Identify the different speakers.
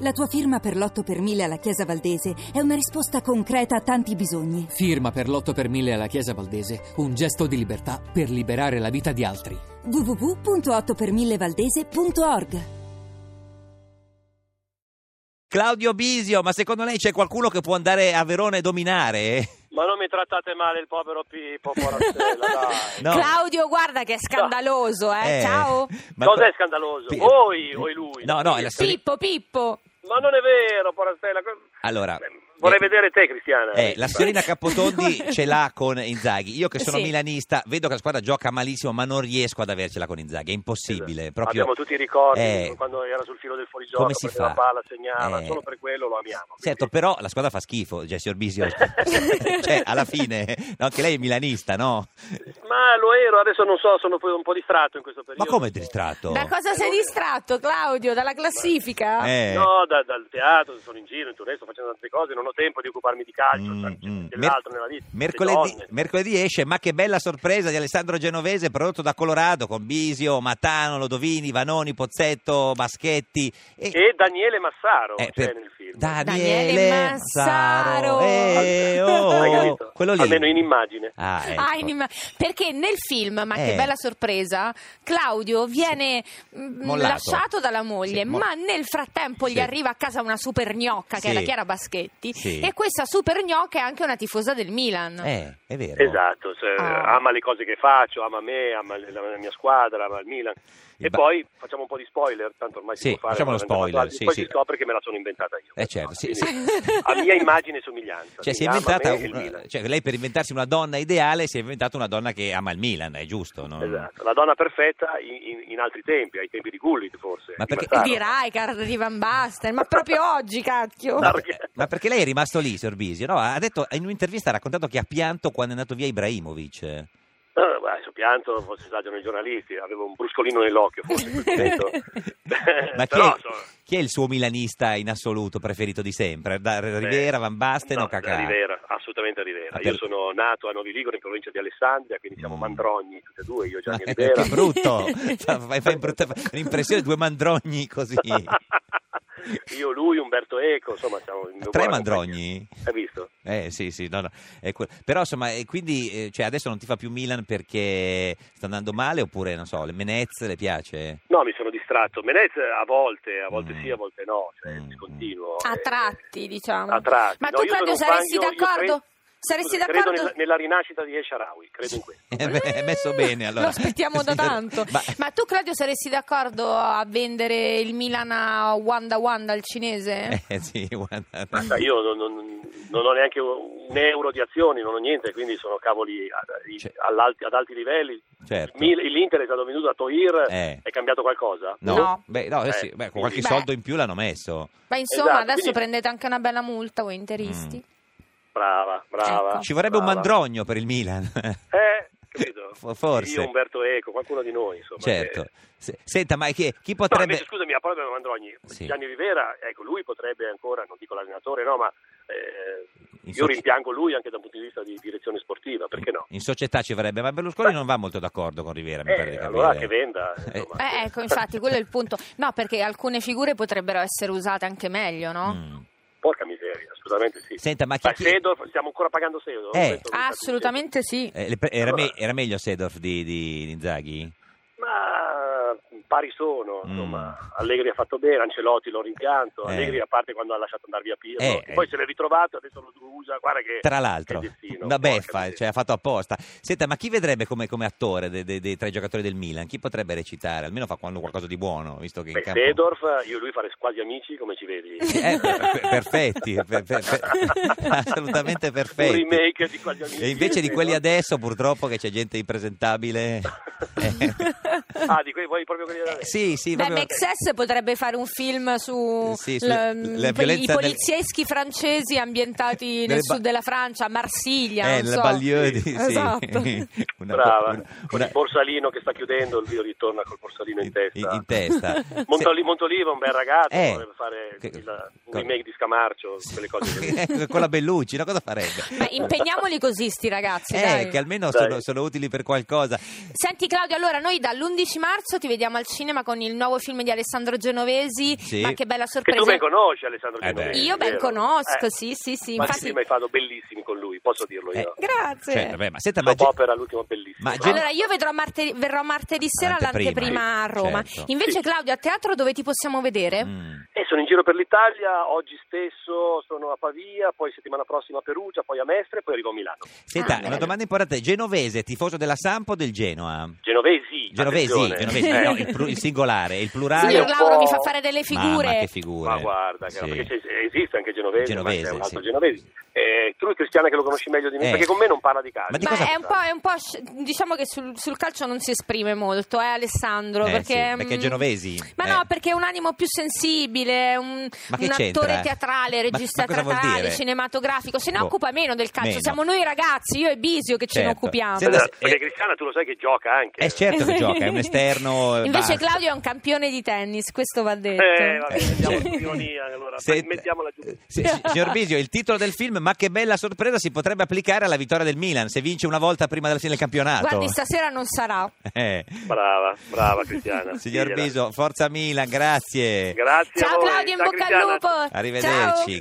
Speaker 1: La tua firma per l'8 per 1000 alla Chiesa Valdese è una risposta concreta a tanti bisogni.
Speaker 2: Firma per l'8 per 1000 alla Chiesa Valdese, un gesto di libertà per liberare la vita di altri.
Speaker 1: www.8per1000valdese.org
Speaker 3: Claudio Bisio, ma secondo lei c'è qualcuno che può andare a Verona e dominare?
Speaker 4: Eh,
Speaker 5: Ma non mi trattate male il povero Pippo, Porastella, dai.
Speaker 3: No.
Speaker 4: Claudio, guarda che è scandaloso, eh.
Speaker 3: Eh,
Speaker 4: Ciao.
Speaker 3: ma-
Speaker 5: Cos'è scandaloso?
Speaker 3: Pi-
Speaker 5: Voi o è lui?
Speaker 3: No, no, è la storia.
Speaker 4: Pippo, Pippo.
Speaker 5: Ma non è vero, Porastella. que-
Speaker 3: Allora,
Speaker 5: Vorrei
Speaker 3: eh,
Speaker 5: vedere te, Cristiana.
Speaker 3: eh, la signorina Capotondi ce l'ha con Inzaghi. Io che sono
Speaker 4: Sì.
Speaker 3: milanista, vedo che la squadra gioca malissimo, ma non riesco ad avercela con Inzaghi. È impossibile.
Speaker 5: Esatto.
Speaker 3: proprio-
Speaker 5: Abbiamo tutti i ricordi
Speaker 3: Eh,
Speaker 5: quando era sul filo del fuorigioco,
Speaker 3: come si fa?
Speaker 5: prendeva la palla, segnava,
Speaker 3: Eh,
Speaker 5: solo per quello lo amiamo.
Speaker 3: Certo, però la squadra fa schifo, cioè, signor Bisio. cioè, alla fine, no, anche lei è milanista, no?
Speaker 5: Ma lo ero, adesso non so, sono poi un po' distratto in questo
Speaker 3: Ma
Speaker 5: periodo.
Speaker 3: come è distratto?
Speaker 4: Da cosa sei distratto, Claudio? Dalla classifica?
Speaker 3: Eh.
Speaker 5: No, da- dal teatro, sono in giro, in tournée, sto facendo altre cose, non ho tempo di occuparmi di calcio,
Speaker 3: Mm,
Speaker 5: cioè,
Speaker 3: mm.
Speaker 5: dell'altro
Speaker 3: Mer-
Speaker 5: nella vita.
Speaker 3: mercoledì,
Speaker 5: delle donne.
Speaker 3: mercoledì esce Ma che bella sorpresa di Alessandro Genovese prodotto da Colorado con Bisio, Matano, Lodovini, Vanoni, Pozzetto, Maschetti e,
Speaker 5: E Daniele Massaro
Speaker 3: eh,
Speaker 5: c'è
Speaker 3: per-
Speaker 5: nel film.
Speaker 3: Daniele
Speaker 4: Daniele
Speaker 3: Massaro,
Speaker 4: Massaro.
Speaker 3: Eh, oh,
Speaker 5: Hai capito?
Speaker 3: quello lì.
Speaker 5: Almeno in immagine.
Speaker 3: Ah, ecco.
Speaker 4: Ah, in imm- perché nel film, ma
Speaker 3: Eh.
Speaker 4: che bella sorpresa, Claudio viene mm,
Speaker 3: Mollato.
Speaker 4: lasciato dalla moglie,
Speaker 3: Sì, mo-
Speaker 4: ma nel frattempo
Speaker 3: Sì.
Speaker 4: gli arriva a casa una super gnocca che
Speaker 3: Sì.
Speaker 4: è la Chiara Baschetti
Speaker 3: Sì.
Speaker 4: e questa super gnocca è anche una tifosa del Milan.
Speaker 3: Eh, è vero.
Speaker 5: Esatto, se-
Speaker 4: Ah.
Speaker 5: ama le cose che faccio, ama me, ama le- la, la mia squadra, ama il Milan.
Speaker 3: Il
Speaker 5: E
Speaker 3: ba-
Speaker 5: poi facciamo un po' di spoiler, tanto ormai
Speaker 3: Sì,
Speaker 5: si può fare.
Speaker 3: facciamo lo
Speaker 5: veramente
Speaker 3: spoiler,
Speaker 5: tanto,
Speaker 3: sì,
Speaker 5: poi
Speaker 3: sì.
Speaker 5: si scopre che me la sono inventata io.
Speaker 3: Eh, certo, sì,
Speaker 5: Quindi,
Speaker 3: sì.
Speaker 5: A mia immagine e somiglianza.
Speaker 3: Cioè, si è
Speaker 5: Quindi ama
Speaker 3: inventata
Speaker 5: me e il
Speaker 3: una-
Speaker 5: Milan.
Speaker 3: cioè, lei per inventarsi una donna ideale si è inventata una donna che ama il Milan, è giusto? no?
Speaker 5: Esatto, la donna perfetta in, in- in altri tempi, ai tempi di Gullit forse.
Speaker 3: Ma
Speaker 5: di
Speaker 3: perché-
Speaker 5: Massaro.
Speaker 4: Di Rijkaard, di Van Basten, ma proprio oggi, cacchio!
Speaker 5: No,
Speaker 3: Ma,
Speaker 5: perché-
Speaker 3: ma perché lei è rimasto lì, signor Bisio? No, ha detto in un'intervista ha raccontato che ha pianto quando è andato via Ibrahimovic.
Speaker 5: Eh, beh, Adesso pianto, forse esagerano i giornalisti, avevo un bruscolino nell'occhio forse. in quel momento.
Speaker 3: Ma chi,
Speaker 5: Certo. Eh, Però,
Speaker 3: è,
Speaker 5: insomma,
Speaker 3: chi è il suo milanista in assoluto preferito di sempre? Da Rivera, Van Basten o
Speaker 5: no,
Speaker 3: Cacà?
Speaker 5: Rivera, assolutamente Rivera.
Speaker 3: Ah, per-
Speaker 5: Io sono nato a Novi Ligure, in provincia di Alessandria, quindi siamo
Speaker 3: Mm.
Speaker 5: mandrogni tutti e due, io e
Speaker 3: Ma
Speaker 5: Gianni
Speaker 3: è-
Speaker 5: Rivera.
Speaker 3: Ah, eh, che brutto! Fa- fa, fa imbrutta- fa l'impressione di due mandrogni così.
Speaker 5: io, lui, Umberto Eco, insomma siamo in
Speaker 3: Tre
Speaker 5: buona
Speaker 3: mandrogni?
Speaker 5: compagnia. Hai visto?
Speaker 3: Eh sì, sì, no, no. è que- Però insomma, e quindi eh, cioè, adesso non ti fa più Milan perché sta andando male oppure, non so, le Menez le piace?
Speaker 5: No, mi sono distratto. Menez a volte, a volte
Speaker 3: Mm.
Speaker 5: sì, a volte no, cioè
Speaker 3: Mm.
Speaker 5: discontinuo.
Speaker 4: A
Speaker 5: Eh,
Speaker 4: tratti, diciamo.
Speaker 5: A tratti.
Speaker 4: Ma
Speaker 5: No,
Speaker 4: tu,
Speaker 5: io
Speaker 4: Claudio,
Speaker 5: sono un fan,
Speaker 4: saresti
Speaker 5: io- io
Speaker 4: d'accordo?
Speaker 5: credo-
Speaker 4: saresti
Speaker 5: Credo
Speaker 4: d'accordo?
Speaker 5: nella, nella rinascita di Esharawi, credo in questo.
Speaker 3: Eh, beh, è messo bene allora.
Speaker 4: Lo aspettiamo da
Speaker 3: Signor-
Speaker 4: tanto.
Speaker 3: Ma-
Speaker 4: Ma... tu, Claudio, saresti d'accordo a vendere il Milan a Wanda Wanda al cinese?
Speaker 3: Eh, sì, guarda.
Speaker 5: Basta, io non, non- non ho neanche un euro di azioni, non ho niente, quindi sono cavoli a- i-
Speaker 3: Cioè-
Speaker 5: all'alti- ad alti livelli.
Speaker 3: Certo.
Speaker 5: Mil- L'Inter è stato venduto a Toir,
Speaker 3: Eh.
Speaker 5: è cambiato qualcosa?
Speaker 3: No,
Speaker 4: No.
Speaker 3: Beh, no, eh sì,
Speaker 5: Eh,
Speaker 3: beh, con qualche
Speaker 4: Beh.
Speaker 3: soldo in più l'hanno messo.
Speaker 4: Ma insomma,
Speaker 5: Esatto,
Speaker 4: adesso
Speaker 5: quindi-
Speaker 4: prendete anche una bella multa voi interisti.
Speaker 3: Mm.
Speaker 5: Brava, brava.
Speaker 4: Ecco.
Speaker 3: Ci vorrebbe un
Speaker 5: brava.
Speaker 3: mandrogno per il Milan.
Speaker 5: Eh, capito?
Speaker 3: Fo- Forse.
Speaker 5: Io, Umberto Eco, qualcuno di noi, insomma.
Speaker 3: Certo.
Speaker 5: che-
Speaker 3: Se- Senta, ma chi, chi
Speaker 5: No,
Speaker 3: potrebbe...
Speaker 5: invece, scusami, a parola di Mandrogni,
Speaker 3: Sì.
Speaker 5: Gianni Rivera, ecco, lui potrebbe ancora, non dico l'allenatore, no, ma eh,
Speaker 3: in
Speaker 5: io
Speaker 3: soci-
Speaker 5: rimpiango lui anche da un punto di vista di direzione sportiva, perché no?
Speaker 3: In società ci vorrebbe, ma Berlusconi
Speaker 5: Beh.
Speaker 3: non va molto d'accordo con Rivera, mi
Speaker 5: Eh,
Speaker 3: pare di capire.
Speaker 5: allora che venda, insomma.
Speaker 3: Eh,
Speaker 4: Eh, ecco, infatti, quello è il punto. No, perché alcune figure potrebbero essere usate anche meglio, Eh, no?
Speaker 3: mm.
Speaker 5: Porca miseria, assolutamente sì.
Speaker 3: Senta, ma chi...
Speaker 5: Ma
Speaker 3: chi-
Speaker 5: Sedorf, Cioè, stiamo ancora pagando Sedorf?
Speaker 3: Eh.
Speaker 5: Questo mi fa
Speaker 4: Assolutamente sì.
Speaker 3: eh, le pre- era, me-
Speaker 5: Allora.
Speaker 3: era meglio Sedorf di, di, di Inzaghi?
Speaker 5: tutto. Ma pari sono,
Speaker 3: Mm.
Speaker 5: insomma. Allegri ha fatto bene, Ancelotti lo rimpianto,
Speaker 3: Eh.
Speaker 5: Allegri a parte quando ha lasciato andare via Pirlo,
Speaker 3: Eh,
Speaker 5: e poi
Speaker 3: eh.
Speaker 5: se l'è ritrovato, adesso lo usa, guarda che...
Speaker 3: Tra l'altro,
Speaker 5: che destino,
Speaker 3: una
Speaker 5: porca
Speaker 3: beffa,
Speaker 5: miseria.
Speaker 3: cioè ha fatto apposta. Senta, ma chi vedrebbe come, come attore de- de- dei tre giocatori del Milan? Chi potrebbe recitare? Almeno fa quando qualcosa di buono, visto che in
Speaker 5: Beh,
Speaker 3: campo...
Speaker 5: Sedorf, io e lui fare quasi amici, come ci vedi?
Speaker 3: Eh, per- per- perfetti, per- per- per- assolutamente perfetti.
Speaker 5: Un remake di quasi amici.
Speaker 3: E invece di quelli
Speaker 5: Sedorf.
Speaker 3: adesso, purtroppo, che c'è gente impresentabile. Eh,
Speaker 5: Ah, di quelli, vuoi proprio quelli adesso?
Speaker 3: sì, sì,
Speaker 4: Beh,
Speaker 3: proprio-
Speaker 4: Mexes potrebbe fare un film su
Speaker 3: Sì,
Speaker 4: l- mm,
Speaker 3: sulla- la
Speaker 4: i
Speaker 3: violenza del-
Speaker 4: polizieschi francesi ambientati
Speaker 3: Nel
Speaker 4: nel
Speaker 3: ba-
Speaker 4: sud della Francia, a Marsiglia.
Speaker 3: Eh,
Speaker 4: non
Speaker 3: la
Speaker 4: so.
Speaker 3: Baglioni,
Speaker 5: Sì,
Speaker 3: sì.
Speaker 4: esatto.
Speaker 3: Una-
Speaker 5: Brava,
Speaker 3: una-
Speaker 5: con
Speaker 3: una-
Speaker 5: il borsalino che sta chiudendo, lui ritorna col borsalino in testa.
Speaker 3: in- in testa.
Speaker 5: Montoli- Montolivo è un bel ragazzo,
Speaker 3: Eh,
Speaker 5: vorrebbe fare
Speaker 3: che-
Speaker 5: il- un
Speaker 3: co-
Speaker 5: remake di Scamarcio, quelle cose. lì.
Speaker 3: Ecco, con la Bellucci, no? cosa farebbe?
Speaker 4: Beh, impegniamoli così, sti ragazzi.
Speaker 3: Eh,
Speaker 4: dai.
Speaker 3: che almeno
Speaker 5: Dai.
Speaker 3: sono, sono utili per qualcosa.
Speaker 4: Senti, Claudio, allora noi dall'11 marzo ti vediamo al cinema con il nuovo film di Alessandro Genovesi.
Speaker 3: Sì.
Speaker 4: Ma che bella
Speaker 5: Che tu
Speaker 4: sorpresa!
Speaker 5: ben conosci Alessandro
Speaker 3: Eh beh.
Speaker 5: Genovese.
Speaker 4: Io ben
Speaker 5: vero?
Speaker 4: conosco,
Speaker 5: Eh,
Speaker 4: sì, sì, sì.
Speaker 5: Ma
Speaker 4: infatti-
Speaker 5: sì, ma hai fatto bellissimi con lui, posso dirlo io.
Speaker 3: Eh,
Speaker 4: Grazie.
Speaker 3: Cioè, vabbè, ma senta, ma
Speaker 5: La
Speaker 3: Ge-
Speaker 5: opera l'ultimo bellissimo.
Speaker 3: Ma Gen-
Speaker 4: allora, io vedrò marte- verrò martedì sera
Speaker 3: Anteprima,
Speaker 4: all'anteprima a Roma.
Speaker 3: certo.
Speaker 4: Invece,
Speaker 5: Sì.
Speaker 4: Claudio, a teatro dove ti possiamo vedere?
Speaker 3: Mm.
Speaker 5: E Eh, sono in giro per l'Italia, oggi stesso sono a Pavia, poi settimana prossima a Perugia, poi a Mestre, poi arrivo a Milano.
Speaker 3: Senta,
Speaker 4: Ah,
Speaker 3: una
Speaker 4: bene.
Speaker 3: domanda importante. Genovese, tifoso della Sampo o del Genoa?
Speaker 5: Genovesi.
Speaker 3: Genovesi,
Speaker 5: attenzione.
Speaker 3: genovesi,
Speaker 5: Eh,
Speaker 3: no, il, plu- il singolare, il plurale.
Speaker 4: Signor
Speaker 5: Io-
Speaker 4: Lauro mi fa
Speaker 5: po'-
Speaker 4: fare delle figure.
Speaker 3: Mamma, che figure.
Speaker 5: Ma guarda, che-
Speaker 3: Sì.
Speaker 5: perché c'è- esiste anche Genovese,
Speaker 3: Genovese,
Speaker 5: ma c'è un altro
Speaker 3: sì.
Speaker 5: Genovese. Eh, tu, Cristiana, che lo conosci meglio di me,
Speaker 3: Eh.
Speaker 5: perché con me non parla di calcio.
Speaker 3: Ma di
Speaker 4: Beh,
Speaker 3: cosa-
Speaker 4: è un po', è un po' sci- diciamo che sul, sul calcio non si esprime molto, eh, Alessandro?
Speaker 3: Eh,
Speaker 4: perché,
Speaker 3: sì, perché
Speaker 4: mm,
Speaker 3: Genovesi,
Speaker 4: Ma
Speaker 3: eh.
Speaker 4: no, perché è un animo più sensibile, è un,
Speaker 3: Ma che
Speaker 4: un
Speaker 3: c'entra? eh?
Speaker 4: attore teatrale,
Speaker 3: Ma-
Speaker 4: regista
Speaker 3: ma cosa vuol
Speaker 4: teatrale,
Speaker 3: dire?
Speaker 4: cinematografico. Se ne
Speaker 3: Boh,
Speaker 4: occupa meno del calcio.
Speaker 3: meno.
Speaker 4: Siamo noi ragazzi, io e Bisio, che ce ne
Speaker 3: Certo.
Speaker 4: occupiamo.
Speaker 3: Senta,
Speaker 5: Esatto,
Speaker 3: eh,
Speaker 5: perché Cristiana tu lo sai che gioca anche.
Speaker 3: È certo che gioca, è un esterno. eh,
Speaker 4: Invece,
Speaker 3: basta.
Speaker 4: Claudio è un campione di tennis, questo va detto.
Speaker 5: Eh, vabbè, mettiamo
Speaker 3: Cioè-
Speaker 5: l'ironia, allora,
Speaker 3: Senta-
Speaker 5: mettiamola giù.
Speaker 3: Eh, sì, sì, signor Bisio, il titolo del film, ma che bella sorpresa, si potrebbe applicare alla vittoria del Milan se vince una volta prima della fine del campionato.
Speaker 4: Guardi, stasera non sarà.
Speaker 3: Eh.
Speaker 5: Brava, brava Cristiana.
Speaker 3: Signor
Speaker 5: Digliela.
Speaker 3: Bisio, forza Milan, grazie.
Speaker 5: Grazie. a
Speaker 4: Ciao
Speaker 5: voi.
Speaker 4: Claudio, in
Speaker 5: Ciao,
Speaker 4: bocca al
Speaker 5: Cristiana.
Speaker 4: lupo.
Speaker 3: Arrivederci.
Speaker 4: Ciao.